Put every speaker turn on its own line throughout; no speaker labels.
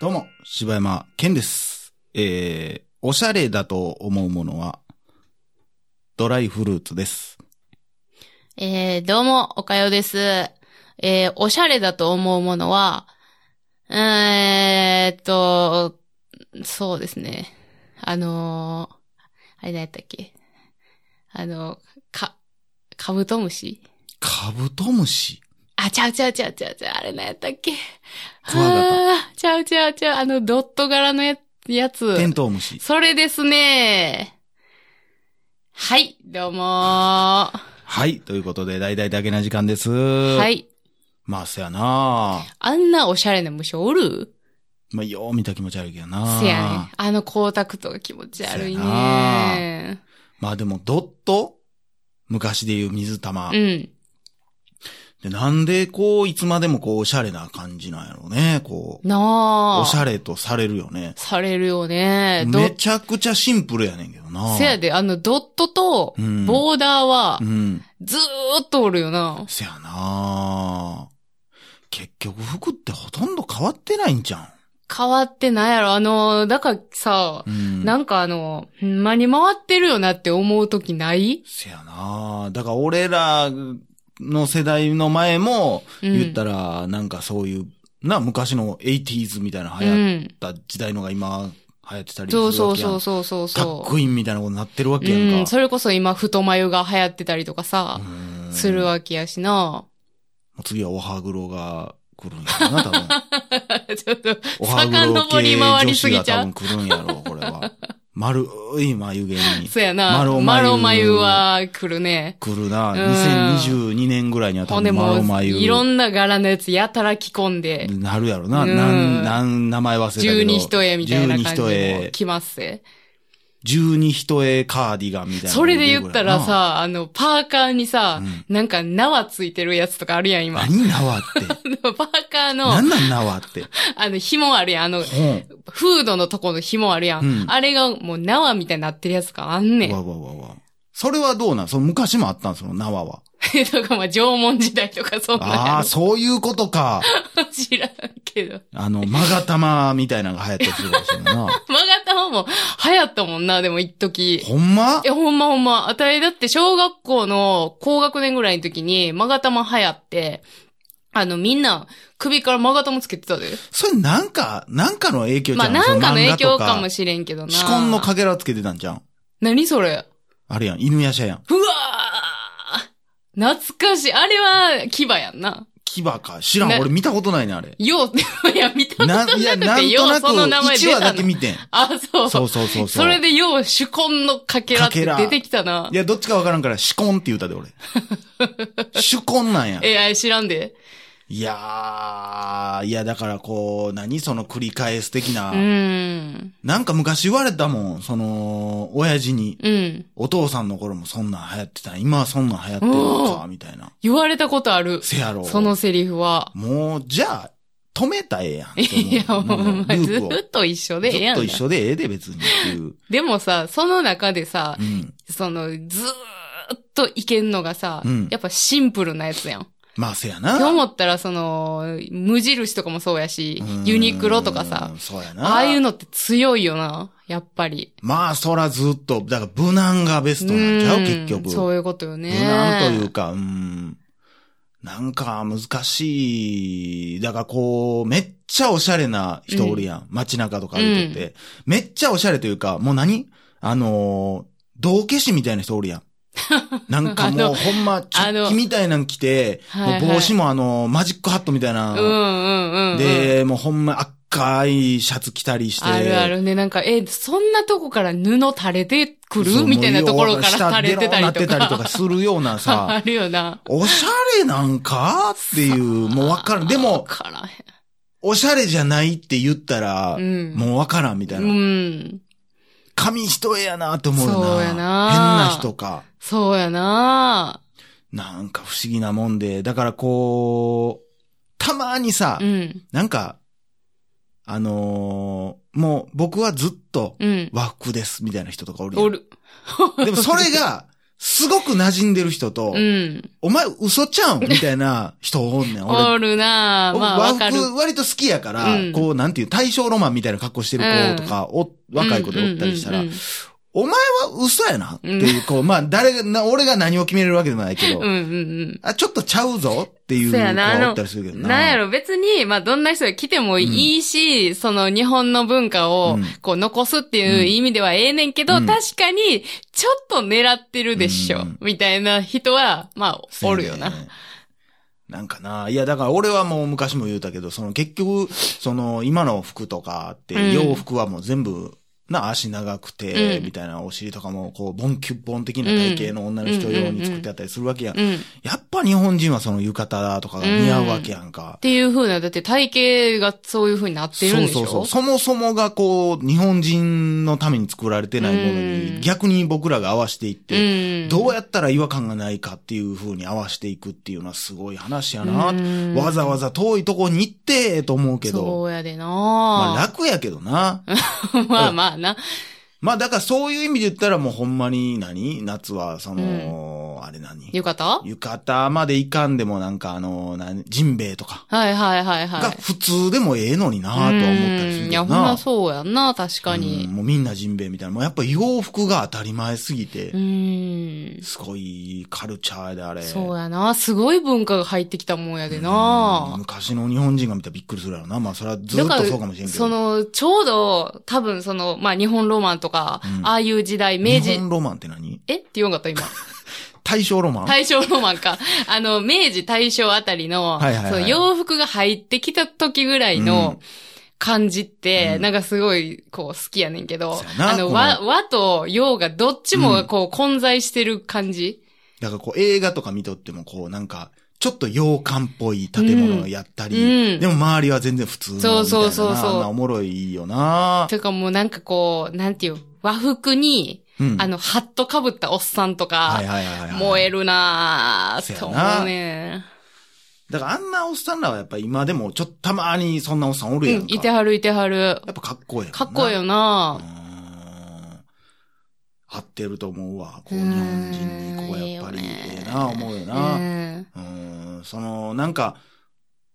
どうも、柴山健です。えー、おしゃれだと思うものは、ドライフルーツです。
えー、どうも、おかよです。えー、おしゃれだと思うものは、えーっと、そうですね。あのー、あれ何やったっけあの、か、カブトムシ
カブトムシ。
あ、ちゃうちゃうちゃうちゃうちゃう、あれ何やったっけ
クワガタ。
あーちゃうちゃうちゃう、あの、ドット柄のややつ。
テントウムシ。
それですね。はい、どうもー。は
はい。ということで、大々だけな時間です。はい。
い。
まあ、せやな
あんなおしゃれな虫おる
まあ、よう見た気持ち悪いけどな
せやね。あの光沢とか気持ち悪い
せやな
ね。
まあでも、ドット昔で言う水玉。
うん。
でなんで、こう、いつまでもこう、おしゃれな感じなんやろうね。こう、
なあ。
おしゃれとされるよね。
されるよね。ど
めちゃくちゃシンプルやねんけどな。
せやで、あのドットと
うん
ボーダーは
うん。
ずーっとおるよな。
せやな結局服ってほとんど変わってないんじゃ
変わってないやろ。あの、だからさ、
ん。うん。
なんかあの、ほんまに回ってるよなって思うときない
せやなだから俺らの世代の前も、
うん
言ったら、なんかそういう、な、昔の 80s みたいな
う
流行っ
ん。
た時代のが今、流行ってたりする
そ
わ
う
けやん。
そうそうそうそ
タ
うそう。
ックインみたいなことになってるわけ
う
やん
ん、
か。
それこそ今、太眉が流行ってたりとかさ、
うん
するわけやしな。
もう次はおはぐろが来るんやろな、多 分。
ちょっと、
おはぐろ
遡
系
り回
女
りす
子
ぎ
が
ちゃ
多
う
分。来るんやろ、これは。丸い眉毛に
そうやな。
マロマユ
マロマユは来るね。
来るな。
うん
2022年ぐらいには多
ほんで
分マロ
も、
眉
いろんな柄のやつやたら着込んで、
なるやろな。
うん
なん、なん、名前忘れたけど。
十二一重みたいな感じ
十二
で
一重
着ますぜ。
十二一重カーディガンみたいな。
それで言ったら、さ、あの、パーカーにさ
うん、
なんか縄ついてるやつとかあるやん、今。あ
何縄 って。
のパーカーの、あ
何なん縄って。
の、紐あるやん。あの、
ほ
フードのとこの紐あるや
うん
ん。あれがもう縄みたいになってるやつがあんね
ん。わ
ん。
わわわ。それはどうなんその昔もあったんその縄は。
とか、まあ、縄文時代とかそんなん
あ
や
あ、そういうことか。
ろ。知らんけど。
あの、マガタマみたいなのが流行ったりするかもしれん な。
曲がった方も流行ったもんな、でも一時。
ほんま
え、ほんまほんま。あたいだって小学校の高学年ぐらいの時に、まがたま流行って、あの、みんな、首からまがたまつけてたで。
それなんか、なんかの影響じゃ
まあ、
ん。
なんかの影響かも
し
しれんけどな。
れない。根のかけらつけてたんじゃん。
何それ
あれやん、犬やしゃやん。
うわー懐かしい。あれは、牙やんな。
牙か。知らん、
ね
俺見たことないね、あ れ。
よう、いや、見たことな
や、
く
なん
て、よ
と
う、
なく、
その名前
1
出
話
た
だけ
の。
見てん。
あ、 そう。
そうそうそう。。
それでよう、主根のかけらって出てきたない
や、どっちかわからんから、主婚って言うたで、 俺。主婚なんや。
え、あれ知らんで。
いやー、いや、だからこう、何その繰り返す的な。
うん。
なんか昔言われたもん、その、親父に。
うん。
お父さんの頃もそんなん流行ってた今はそんなん流行ってるのか、みたいな。
言われたことある。
せやろ。
そのセリフは。
もう、じゃあ、止めたらええやん。
いや、
も
も
うル
う、ず
ープを。
っと一緒でええ
ずっ
やん
と
な。
一緒でええで、別にっていう。
でもさ、その中でさ
う、ん。
その、ずーっといけんのがさ
うん、
やっぱシンプルなやつやん。
まあ、せやな。
って思ったら、その、無印とかもそうやし、ユニクロとかさ
う、ん。そうやな。
ああいうのって強いよな、やっぱり。
まあ、そらずっと、だから無難がベストなんちゃう、
ん
結局。
そういうことよね。
無難というか、うん。なんか難しい。だからこう、めっちゃおしゃれな人おるやん。街中とか歩いとって、めっちゃおしゃれというか、もう何あのー道化師みたいな人お るやん。なんか
あ
もう
の
ほんま、チョッキみたいなん着て、
はいはい
もう帽子もあのーマジックハットみたい
うん
な。
うんうんうん。
で、もうほんま赤いシャツ着たりして。
あるあるね。なんか、え、そんなとこから布垂れてくるみたいなところから垂れて
下出ろ
たりと
ーなってたりと
か。
かするような
あ
さ、
るよな。
おしゃれなんかっていう、もうわからん。で
わ
も、
からへん。
おしゃれじゃないって言ったら、
うん
もうわからんみたいうな。
ん。
紙一重やなって思うよな。
そうやな
変な人か。
そうやな
なんか不思議なもんで、だからこう、たまにさ、
うん。
なんか、あのーもう僕はずっと
うん。
和服ですみたいな人とかおるやん
おる。
でもそれが、すごく馴染んでる人と、
うん。
お前嘘ちゃうんみたいな人おんねん、俺。
おるなぁ。まあ、
和
わかる。
服割と好きやから、
うん
こうなんていう、大正ロマンみたいな格好してる子とか、お若い子でおったりしたら、
うんうん
お前は嘘やなっていう、こう、まあ誰が、な俺が何を決めれるわけでもないけど、
うんうん
あ、ちょっとちゃうぞっていう子
そうやな
がおったりするけ
う
ど
ん。
な。
なんやろ、別に、まあ、どんな人が来てもいいし、その日本の文化
う
を
ん、
こう、残すっていう意味ではええねんけど、
うん
確かに、ちょっと狙ってるでし
う
ょ、
ん
みたいな人は、まあ、おるよな。
そうやね。なんかな、いやだから俺はもう昔も言うたけど、その結局、その今の服とかって
うん
洋服はもう全部、な、足長くて、
うん
みたいな、お尻とかも、こう、ボンキュッボン的な体型の女の人用に作ってあったりするわけやん。
うん。っ
やっぱ日本人はその浴衣とかが似合うわけやんか。
ていう風な、だって体型がそういう風になってるん
そう
でしょ
そうそう。そもそもがこう、日本人のために作られてないもの
う
に、
ん
逆に僕らが合わせていって、
うん。
どうやったら違和感がないかっていう風に合わせていくっていうのはすごい話やな。
うん
わざわざ遠いとこに行って、と思うけ
そ
ど。
うやでな
まあ
ぁ。
楽やけどな。
まあまあな。
まあだからそういう意味で言ったらもうほんまに何夏はその、あれ何
よかった
浴衣までいかんでもなんかあの、何ジンベエとか
はいはいはいはい。
が普通でもええのになぁとは思ったりす
う
る
んい
け
や、
ど
ほ
な
んま。そうやんな、確か
う
に
ん。もうみんなジンベエみたいな。もうやっぱ洋服が当たり前すぎて
う、ん。
すごいカルチャーであれ。
そうやな、すごい文化が入ってきたもんやで
うん
な。
昔の日本人が見たらびっくりするやろな。まあそれはずっ
だ
と
から
そうかもしれんけど。
その、ちょうど、多分その、まあ、日本ロマンとか、
うん
ああいう時代、明
日
治、
本ロマンって何
えって言わんかった今。
大正ロマン
大正ロマンか。あの、明治大正あたりの、
はいはいはい
その洋服が入ってきた時ぐらいの感じって、
うん
なんかすごい、こう、好きやねんけど、
そうやな
あの、
この
和、和と洋がどっちもがこう、混在してる感じ。
だからこう映画とか見とってもこうなんか、ちょっと洋館っぽい建物をやったり、
うんうん
でも周りは全然普通のみたいな
そ
な。
うそうそうそう
あんなおもろいよな
というかもうなんかこう、なんていう、和服に、
うん
あの、ハットかぶったおっさんと
はい
か、
はいはいはい。
燃えるな
そう
ぁ、
や
と思
な
うね。
だからあんなおっさんらはやっぱ今でもちょっとたまにそんなおっさんお
う
るやん
ん
か。、
いてはるいてはる。
やっぱかっこいいよな
かっこいいよ
う
な
ー
ぁ。
ん合ってると思うわ。こう日本人にこうやっぱり
うん
ええな思うよ
う
な。
ん。
うーん、その、なんか、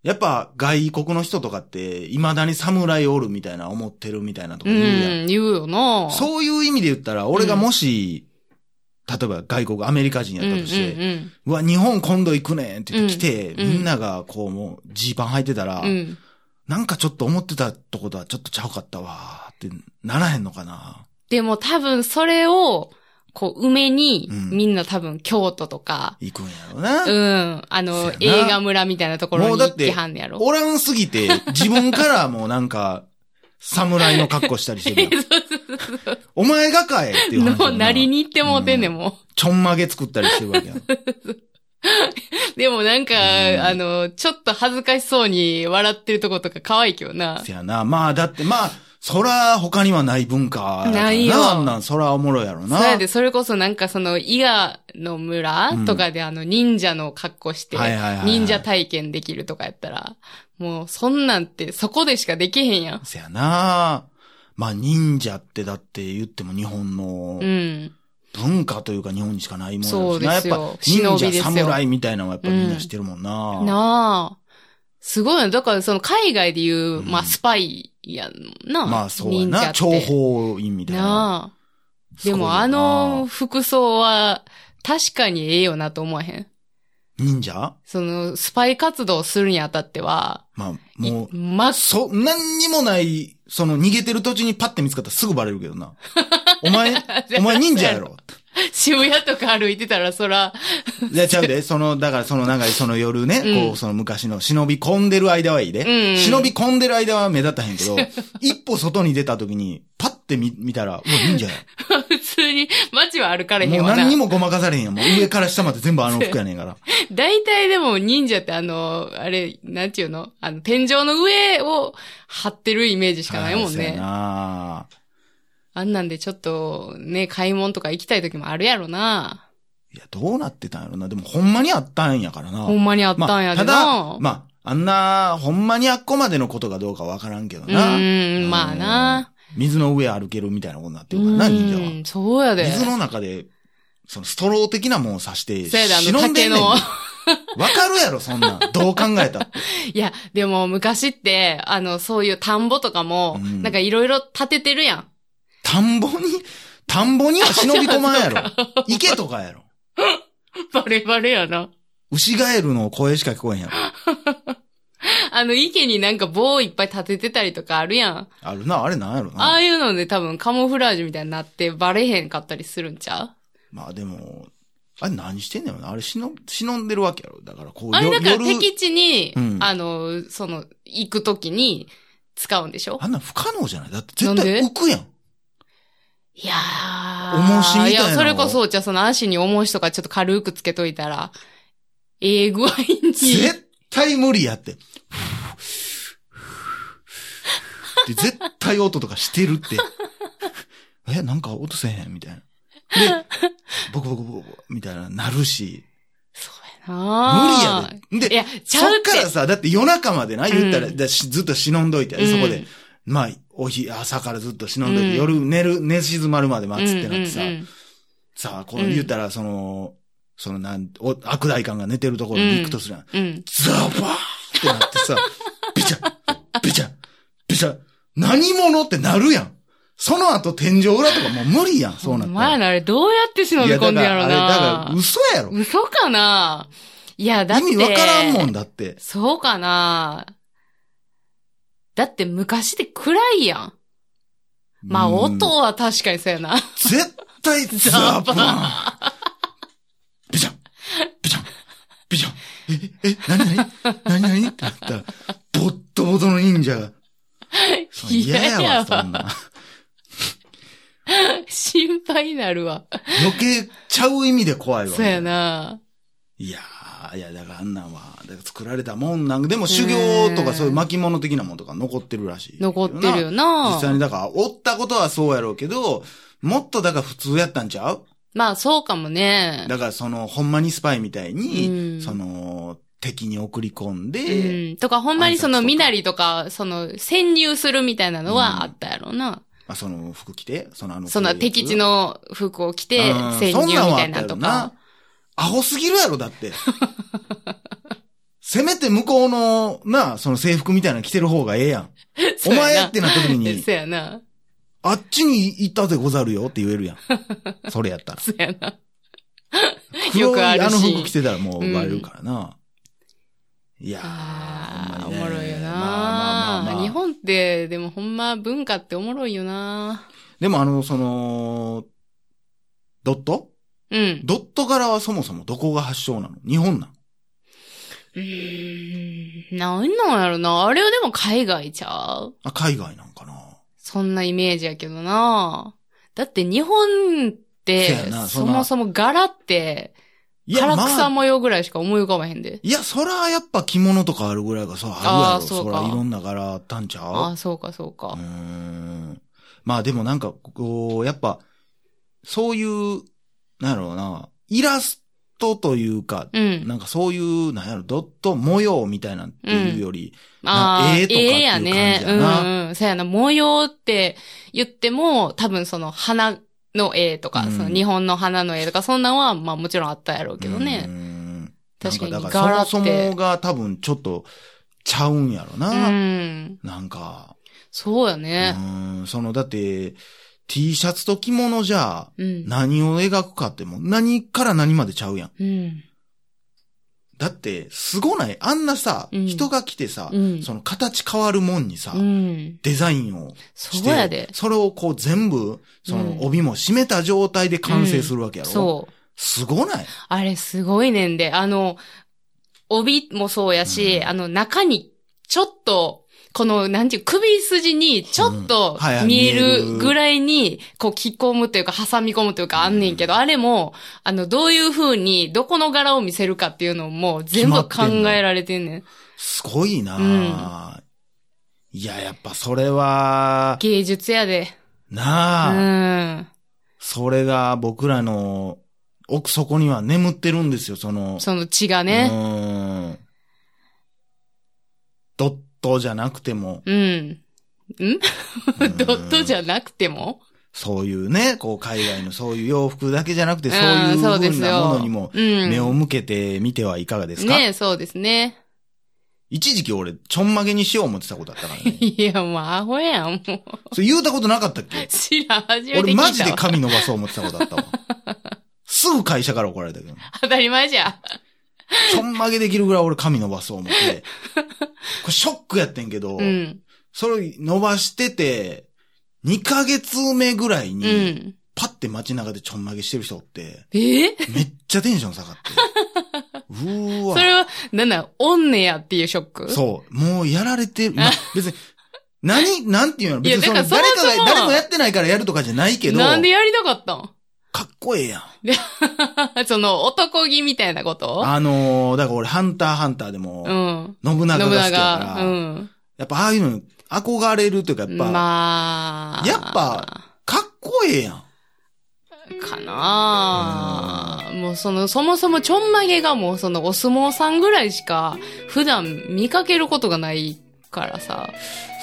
やっぱ外国の人とかって、未だに侍おるみたいな思ってるみたいなとこ
う
言うやん。
ん、言うよなぁ。
そういう意味で言ったら、俺がもし、例えば外国、アメリカ人やったとして、う
うんうん
わ、日本今度行くねんって言って来て、
うん
みんながこうもうジーパン履いてたら、
うんうん、
なんかちょっと思ってたとことはちょっとちゃうかったわーってならへんのかな。
でも多分それを、こう、梅に、
うん
みんな多分京都とか、
行くんやろな。
うん、あの、
そうやな
映画村みたいなところ
も
に
うだ
行
って
きはんねやろ。
おらんすぎて、自分からもうなんか、侍の格好したりして るやん。お前がかえっていう話だ
の、
な
なりに行ってもうてんねん、も
ちょんまげ作ったりしてるわけやん。
う。でもなんか、
うん
あの、ちょっと恥ずかしそうに笑ってるとことか可愛いけどな。
せやな。まあ、だって、まあ、そら他にはない文化やから。
ないよ
あんなん、そらおもろいやろな。
そうやで、それこそなんかその、伊賀の村とかであの、忍者の格好して
はいはいはいは、い
忍者体験できるとかやったら、もう、そんなんて、そこでしかできへんやん。
せやな。まあ、忍者ってだって言っても日本の
うん。
文化というか日本にしかないもんやしな
そうですよ
やっぱ忍
忍び
者
ですよ
侍みたいなのはやっぱみんなしてるもんな。
なあ。すごいな。だから、その、海外で言う、
うん
まあ、スパイやんな。
まあ、そうや
忍者
な。
って
諜報員みたいな。
なあ。でも、あの、
す
服装は、確かにええよなと思わへん。
ごいよな、忍者
その、スパイ活動するにあたっては、
まあ、もう、
いま、
そ、何にもない、その逃げてる途中にパッて見つかったらすぐバレるけどな。お 前、お前忍者やろ。
渋谷とか歩いてたら、そら、
いや、ちゃうで。その、だからその、なんかその夜ね、
うん
こう、その昔の忍び込んでる間はいいで。
うん
忍び込んでる間は目立たへんけど、一歩外に出た時に、パッて見、見たら、うわ、忍者や。
普通に街は歩かれへん
もう
わな
何に。もごまかされへんやん。もう上から下まで全部あの服やねんから。
大体でも忍者ってあの、あれ、なんていうのあの、天井の上を張ってるイメージしかないもん
そうや
ね。
な
あんなんでちょっと、ね、買い物とか行きたい時もあるやろな。
いや、どうなってたんやろな。でも、ほんまにあったんやからな。
ほんまにあったんやでな。
まあ、ただ、まあ、あんな、ほんまにあっこまでのことがどうかわからんけど
う
な。
ーん、まあな。
水の上歩けるみたいなことになって
う
るからな、忍者
ーん、そうや
は。
で。
水の中で、そのストロー的なもんを刺して、
そうやであの
忍んでんねん。わ
竹
かるやろ、そんなん。どう考えたって。
いや、でも昔って、あの、そういう田んぼとかも、
うん
なんかいろいろ建ててるやん。
田んぼに、田んぼには忍び込まん やろ。池とかやろ。
バレバレやな。
牛ガエルの声しか聞こえへんやろ。
あの、池になんか棒いっぱい立ててたりとかあるやん。
あるな、あれなんやろ
あ
な。
あいうので多分カモフラージュみたいになってバレへんかったりするんちゃう
まあでも、あれ何してんねんろな。あれ忍、忍んでるわけやろ。だからこう、
あれ
よ
だから
夜
敵地に、
うん
あの、その、行くときに使うんでしょ
あんなん不可能じゃないだって
な
絶
んで
対浮くやん。
いやー。
重しみたいなのを
や、それこそ、じゃあその足に重しとかちょっと軽くつけといたら、ええ具合に。
絶対無理やって。で、絶対音とかしてるって。 え、なんか音せえへんみたいな。で、ボコボコボコボコみたいな、なるし。
そうや
無
な
理やで。で
い、や、ち
そ
ゃうっ。
ってからさ、だって夜中までな、言ったら、
うん
だしずっと忍んどいて、
うん
そこで、まあ、お日、朝からずっと忍んどいて、
うん
夜寝る、寝静まるまで待つってなってさ、
うんうんうん
さあ、この言ったら、その、そのなん、お悪大官が寝てるところに行くとするやん。
うん。
ザバーってなってさ、ビチャ、ビチャ、ビチャ、何者ってなるやん。その後天井裏とかもう無理やん、そうなっ
お
た
前
ら。
らあれどうやって忍
い
び
や
込
だ
ん
か
でや
ら、
ろ
あ
う
れ、だ
な
から、嘘やろ。
嘘かないや、だって。
意味わからんもんだって。
そうかなだって昔って暗いやん。まあ、
うん
音は確かにそうやな。
絶対ザバーンビチャンビチャンビチャンえ、え、なになになになにってなったら、ボットボトの忍者が。そんな嫌やわ、そんな。
心配になるわ。
余計ちゃう意味で怖いわ。
そうやな。
いやー、いや、だからあんなんは、だから作られたもんなんか、でも修行とか
うん
そういう巻物的なもんとか残ってるらしい。
残ってるよな。
実際にだから、おったことはそうやろうけど、もっとだから普通やったんちゃう
まあ、そうかもね。
だからその、ほんまにスパイみたいに、
うん
その、敵に送り込んで、
うん。とか、ほんまにそ
挨拶
の、
とか
身なりとか、その、潜入するみたいなのはあったやろうな。
まあその服着て、そのあの、
その、敵地の服を着
うん、
て、潜入
そんん
み
は
た
あ
い
った
な
や
の
ろ
とか。。
アホすぎるやろ、だって。 せめて向こうの、な、その制服みたいなの着てる方がええやん。お
そうやな
前ってなった時に、
そうやな。
あっちに行ったでござるよって言えるや ん。それやったら。
そうやな。
黒
よ
い
くあるし
あの服着てたらもうバレるからな。いや
あ
ー、
ー
ほんまに
お
ね
もろいよな、
まあまあまあまあ
日本って、でもほんま文化っておもろいよな
でもあの、その、ドット
うん。
ドット柄はそもそもどこが発祥なの日本なん。
うーん。なんなんやろなあれはでも海外ちゃう
あ、海外なんかな。
そんなイメージやけどなだって日本っ
せ
て
やな、そ
そ
んな
もそも柄って、
い
唐草
まあ、
模様ぐらいしか思い浮かばへんで。
いや、そらやっぱ着物とかあるぐらいがさ、あるや
あー
ろ。
そう
そ
から
いろんな柄あったんちゃう
ああ、そうかそう
う
か
ー。んまあでもなんか、こう、やっぱ、そういう、なんやろうな、イラストというか、
うん。
なんかそういう、なんやろ、ドット模様みたいなんっていうより、
ああ、
絵とかっていう
絵やね。
感じ
う
やなん
うん。そうやな。模様って言っても、多分その花の絵とか、
うん
その日本の花の絵とか、そんなんは、まあもちろんあったやろうけど
うー
ね。
ん
確かに
なんだ
柄
ら
って
そもそもが多分ちょっと、ちゃうんやろ
う
な。
ん。
なんか、
そうや
う
ね。
ーん、その、だって、T シャツと着物じゃ、
うん。
何を描くかっても、何から何までちゃうやん。
うん。
だって、すごないあんなさ、
うん
人が来てさ、
うん
その形変わるもんにさ、
うん。
デザインをし
そうや
て
で、。
それをこう全部、そ
うん
の帯も締めた状態で完成するわけやろ、
そう。
すごない
あれすごいねんで、あの、帯もそうやし、
うん
あの中にちょっと、この、なんていう、首筋にちょっ
うん
と
はいはい
見え
見える
るぐらいに、こう、着込むというか、挟み込むというか、あんねんけど、あれも、あの、どういう風に、どこの柄を見せるかっていうのも、全部
決まっ
考
てんの
えられてんねん。
すごいなあ、いや、やっぱそれは、
芸術やで。う
なあ、
ん。
それが僕らの奥底には眠ってるんですよ、その、
その血が
う
ね。
ーん。ド ットじゃなくても、
うん。んドットじ
ゃ、
ゃなくても
そういうね、こう海外のそういう洋服だけじゃなくて、
ん
そういう
そうで
風
す
な
よ
ものにも
うん
目を向けてみてはいかがですか、
ねそうですね。。
一時期俺、ちょんまげにしよう思ってたことあったからね
いや、もうアホやん、もう。
それ言うたことなかったっけ
知らん、初めて聞いたわ。
俺マジで髪伸ばそう思ってたことあった わ。すぐ会社から怒られたけど。
当たり前じゃ。
ちょんまげできるぐらい俺髪伸ばそう思っ て。これショックやってんけど、
うん。
それ伸ばしてて、2ヶ月目ぐらいうに、
ん。
パッて街中でちょんまげしてる人おって、
え
めっちゃテンション 下がって。うーわ。
それは、なんだ、おんねやっていうショック
そう。もうやられ てる。まあ別に、何なんていうの
いや
別にその
だ
誰
か
から
そもそも
が、誰もやってないからやるとかじゃないけど、
なんでやりたかったん
かっこええやん。
その、男気みたいなこと
あのー、だから俺、ハンターハンターでも、
うん。
信長が
信
好きやから、
長。うん。
やっぱああいうのに憧れるというか、やっぱ、
まあ。
やっぱ。かっこええやん。
かなあもうその、そもそもちょんまげがもうその、お相撲さんぐらいしか、普段見かけることがないからさ。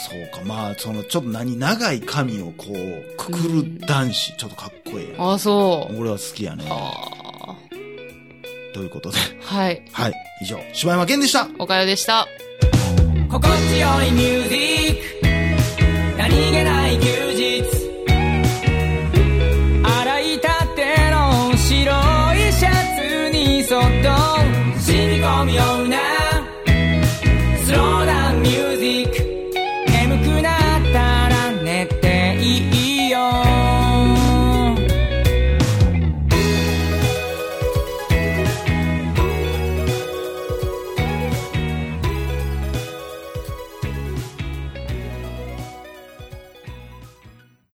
そうか、まあ、その、ちょっと何、長い髪をこう、くくる男子、ちょっとかっこええやん。
あ、そう。
俺は好きやね。
あ
ということで、
ーはい。
はい、以上、柴山健でした。
おかよでした。
心地よいミュージック